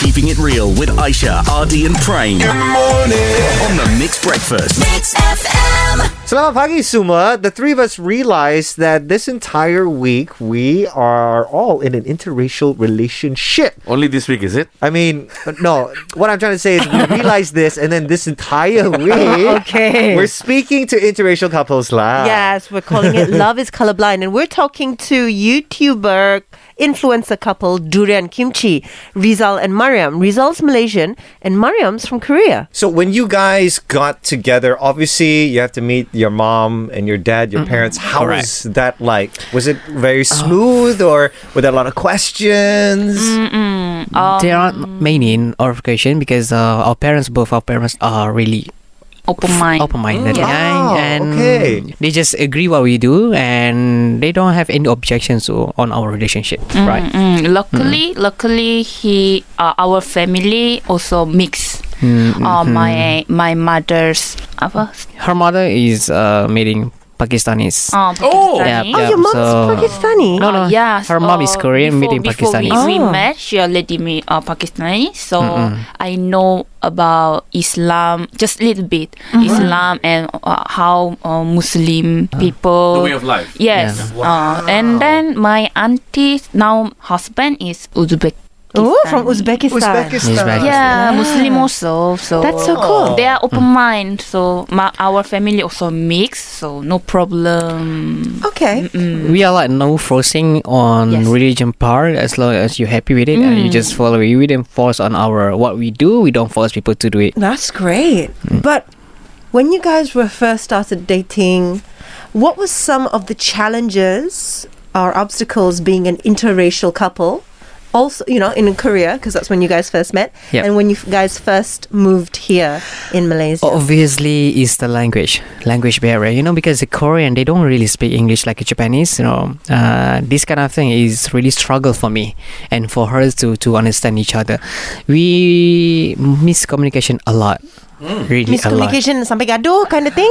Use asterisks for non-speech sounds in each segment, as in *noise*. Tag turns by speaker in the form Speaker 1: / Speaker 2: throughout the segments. Speaker 1: Keeping it real with Aisha, Ardy, and Prane. Good morning. On the Mixed Breakfast.
Speaker 2: Mix FM.
Speaker 3: Selamat pagi, Suma. The three of us realized that this entire week we are all in an interracial relationship.
Speaker 4: Only this week, is it?
Speaker 3: I mean, no, what I'm trying to say is we realized this, and then this
Speaker 5: *laughs*
Speaker 3: entire week,
Speaker 5: Okay.
Speaker 3: we're speaking to interracial couples live.
Speaker 5: yes, we're calling it Love is Colorblind. And we're talking to YouTuber influencer couple Durian Kimchi, Rizal and Mariam. Rizal's Malaysian and Mariam's from Korea.
Speaker 3: So when you guys got together, obviously you have to meet your mom and your dad, your parents. How was that like? Was it very
Speaker 5: Oh.
Speaker 3: smooth, or were there a lot of questions?
Speaker 5: Mm,
Speaker 6: there aren't many in our vocation because uh, our parents, both our parents, are really
Speaker 7: Open mind.
Speaker 3: Mm.
Speaker 6: open-minded, yeah,
Speaker 3: Oh,
Speaker 6: and
Speaker 3: okay.
Speaker 6: they just agree what we do, and they don't have any objections o- on our relationship, right?
Speaker 7: Mm, luckily, luckily, he uh, our family also mix. Uh, my my mother's apa?
Speaker 6: Her mother is uh, meeting Pakistanis.
Speaker 7: Uh, oh,
Speaker 6: Yep,
Speaker 5: Oh,
Speaker 6: yep,
Speaker 5: your mom's
Speaker 6: so-
Speaker 5: Pakistani.
Speaker 6: No, no.
Speaker 7: yeah.
Speaker 6: Her mom is Korean,
Speaker 7: before,
Speaker 6: meeting
Speaker 7: before
Speaker 6: Pakistani.
Speaker 7: We, we
Speaker 5: Oh.
Speaker 7: met, she already me uh, Pakistani, so I know about Islam just a little bit,
Speaker 6: Mm-hmm.
Speaker 7: Islam and uh, how uh, Muslim
Speaker 6: Uh-huh.
Speaker 7: people.
Speaker 4: The way of life.
Speaker 7: Yes. Uh, and then my auntie now husband is Uzbek.
Speaker 5: Oh, from Uzbekistan.
Speaker 3: Uzbekistan.
Speaker 7: Yeah, Muslim also. So
Speaker 5: That's so cool.
Speaker 7: They are
Speaker 6: Hmm.
Speaker 7: open mind. So my, our family also mixed. So no problem.
Speaker 5: Okay.
Speaker 6: We are like no forcing on
Speaker 7: Yes. Mm.
Speaker 6: religion part as long as you're happy with it and you just follow it. We don't force on our what we do. We don't force people to do it.
Speaker 5: That's great.
Speaker 6: Mm.
Speaker 5: But when you guys were first started dating, what was some of the challenges or obstacles being an interracial couple? Also, you know, in Korea, because that's when you guys first met,
Speaker 6: Yep.
Speaker 5: and when you f- guys first moved here in Malaysia.
Speaker 6: Oh, Obviously, it's the language, language barrier. You know, because the Korean they don't really speak English like a Japanese. You know, uh, this kind of thing is really struggle for me and for her to to understand each other. We miscommunication a lot,
Speaker 4: Mm.
Speaker 6: really a lot.
Speaker 5: Miscommunication sampai gaduh kind of thing.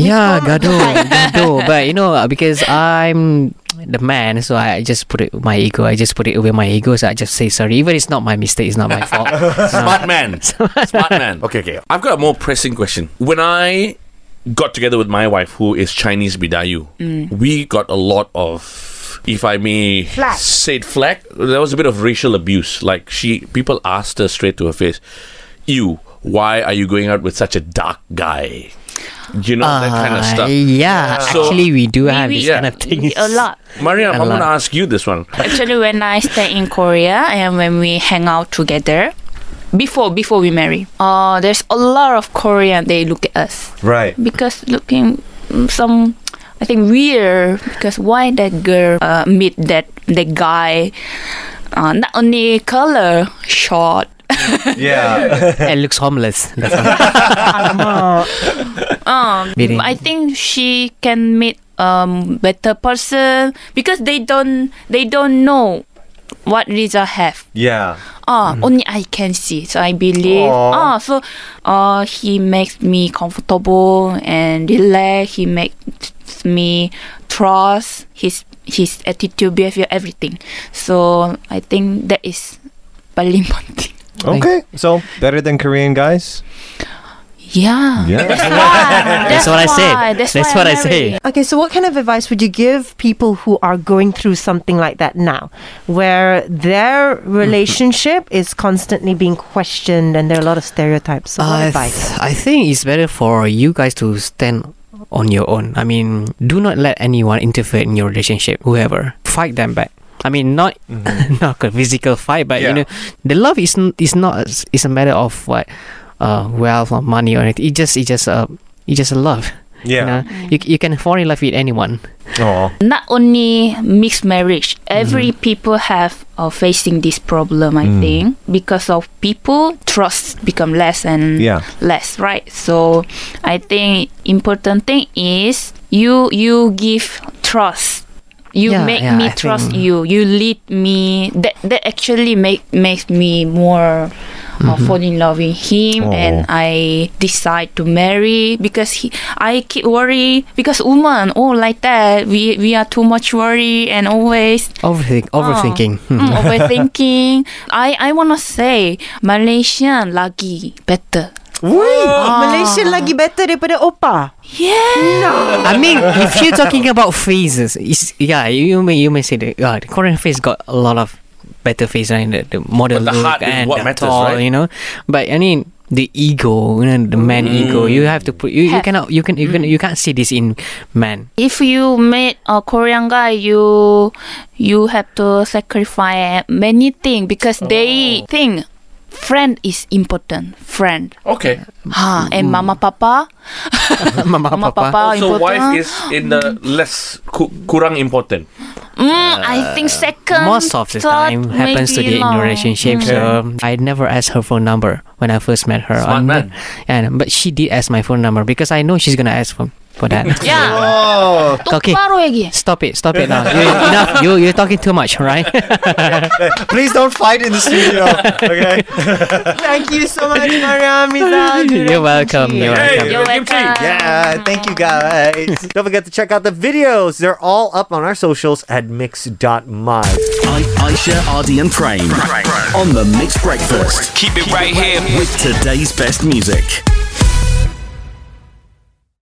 Speaker 6: Yeah,
Speaker 5: Miscom-
Speaker 6: gado, gado. But you know, because I'm the man, so I just put it my ego. I just put it away my ego. So I just say sorry. Even it's not my mistake. It's not
Speaker 4: *laughs*
Speaker 6: my fault.
Speaker 4: *laughs* Smart man. Smart man.
Speaker 8: Okay, okay.
Speaker 4: I've got a more pressing question. When I got together with my wife, who is Chinese Bidayu, we got a lot of, if I may
Speaker 5: Flack.
Speaker 4: say it flack, there was a bit of racial abuse. Like she, people asked her straight to her face, "You, why are you going out with such a dark guy?" You know that kind of
Speaker 6: Uh,
Speaker 4: stuff.
Speaker 6: Yeah,
Speaker 4: So-
Speaker 6: actually, we do have
Speaker 7: We-
Speaker 4: we-
Speaker 6: this kind of things.
Speaker 7: A lot.
Speaker 4: Mariam, I'm
Speaker 6: lot.
Speaker 4: going to ask you this one.
Speaker 7: Actually, when I stay in Korea and when we hang out together, before before we marry, uh, there's a lot of Korean. They look at us
Speaker 3: Right.
Speaker 7: because looking mm, some. I think weird because why that girl uh, meet that the guy? Uh, not only color, short,
Speaker 3: Yeah.
Speaker 5: *laughs*
Speaker 6: it looks homeless. That's
Speaker 7: Um,
Speaker 6: Meeting.
Speaker 7: I think she can meet um better person because they don't they don't know what Riza have.
Speaker 3: yeah.
Speaker 7: Ah, only I can see. So I believe.
Speaker 3: Aw.
Speaker 7: Ah, so uh he makes me comfortable and relax. He makes me trust his his attitude, behavior, everything. So I think that is paling *laughs* penting.
Speaker 3: Okay. So better than Korean guys.
Speaker 7: Yeah.
Speaker 3: Yeah.
Speaker 7: That's,
Speaker 6: what I said.
Speaker 7: why- That's,
Speaker 6: That's
Speaker 7: why
Speaker 6: what I
Speaker 7: married.
Speaker 6: said.
Speaker 5: Okay, so what kind of advice would you give people who are going through something like that now, where their relationship is constantly being questioned and there are a lot of stereotypes? So what
Speaker 6: I,
Speaker 5: advice?
Speaker 6: th- I think it's better for you guys to stand on your own. I mean, do not let anyone interfere in your relationship, whoever. Fight them back. I mean, not *laughs*
Speaker 3: *laughs*
Speaker 6: not a physical fight, but you
Speaker 3: Yeah.
Speaker 6: know, the love is n- is not it's a matter of what uh wealth or money or anything. It just it just uh it just a love. You, know?
Speaker 7: Mm.
Speaker 6: you you can fall in love with anyone.
Speaker 3: Aw.
Speaker 7: not only mixed marriage every people have uh, facing this problem i think because of people trust become less and
Speaker 3: Yeah.
Speaker 7: less right so i think important thing is you you give trust you
Speaker 6: Yeah,
Speaker 7: make
Speaker 6: yeah,
Speaker 7: me
Speaker 6: I
Speaker 7: trust
Speaker 6: think-
Speaker 7: you you lead me that that actually make makes me more or
Speaker 6: Mm-hmm.
Speaker 7: fall in love with him
Speaker 6: Oh.
Speaker 7: and I decide to marry because he, I keep worry because woman oh like that we we are too much worry and always
Speaker 6: Overthink, overthinking. *laughs* Hmm.
Speaker 7: Mm, overthinking. I I wanna say Malaysian lagi better.
Speaker 5: Wait, Malaysia lagi better daripada Opa.
Speaker 7: Yeah.
Speaker 6: I mean, if you're talking about phases, it's, yeah, you may you may say that yeah, the Korean phase got a lot of better phase, right? The, the modern
Speaker 4: But the
Speaker 6: look
Speaker 4: heart is
Speaker 6: and
Speaker 4: what
Speaker 6: the
Speaker 4: matters,
Speaker 6: tall,
Speaker 4: right?
Speaker 6: you know. But I mean, the ego, you know, the man
Speaker 4: Mm.
Speaker 6: ego. You have to put. You, you
Speaker 7: Have. Mm.
Speaker 6: cannot. You can. You can. You can't see this in
Speaker 7: *laughs*
Speaker 6: man. *laughs*
Speaker 7: If you meet a Korean guy, you you have to sacrifice many things because
Speaker 6: Oh.
Speaker 7: they think friend is important. Friend.
Speaker 6: Mm.
Speaker 4: Okay.
Speaker 7: Ha, and mama papa.
Speaker 6: Mama, Mm-hmm.
Speaker 7: Mama
Speaker 6: papa.
Speaker 7: papa
Speaker 4: so wife
Speaker 7: important.
Speaker 4: is in the less ku- kurang important.
Speaker 7: Mm, I think second.
Speaker 6: Most of the
Speaker 7: third,
Speaker 6: time happens to
Speaker 7: maybe
Speaker 6: the in
Speaker 7: long.
Speaker 4: Mm.
Speaker 6: relationship. So I never asked her phone number when I first met her.
Speaker 4: Smart
Speaker 6: And-
Speaker 4: man.
Speaker 6: And but she did ask my phone number because I know she's gonna ask for for
Speaker 7: *laughs*
Speaker 6: that.
Speaker 7: Yeah.
Speaker 3: Oh,
Speaker 6: Okay.
Speaker 7: 똑바로 얘기해.
Speaker 6: Stop it! Stop it now! You, enough! You you're talking too much, right?
Speaker 3: please don't fight in the studio. *laughs* Okay.
Speaker 5: Thank you so much, Mariam
Speaker 6: *laughs* You're welcome. You're
Speaker 3: Hey.
Speaker 6: welcome.
Speaker 7: You're
Speaker 4: Kimchi.
Speaker 7: welcome.
Speaker 3: Yeah, thank you *laughs* guys. Don't forget to check out the videos. They're all up on our socials at mix.my.
Speaker 1: I- Aisha, Ardy, and Prane on the Mixed Breakfast
Speaker 2: Keep it right here.
Speaker 1: with today's best music.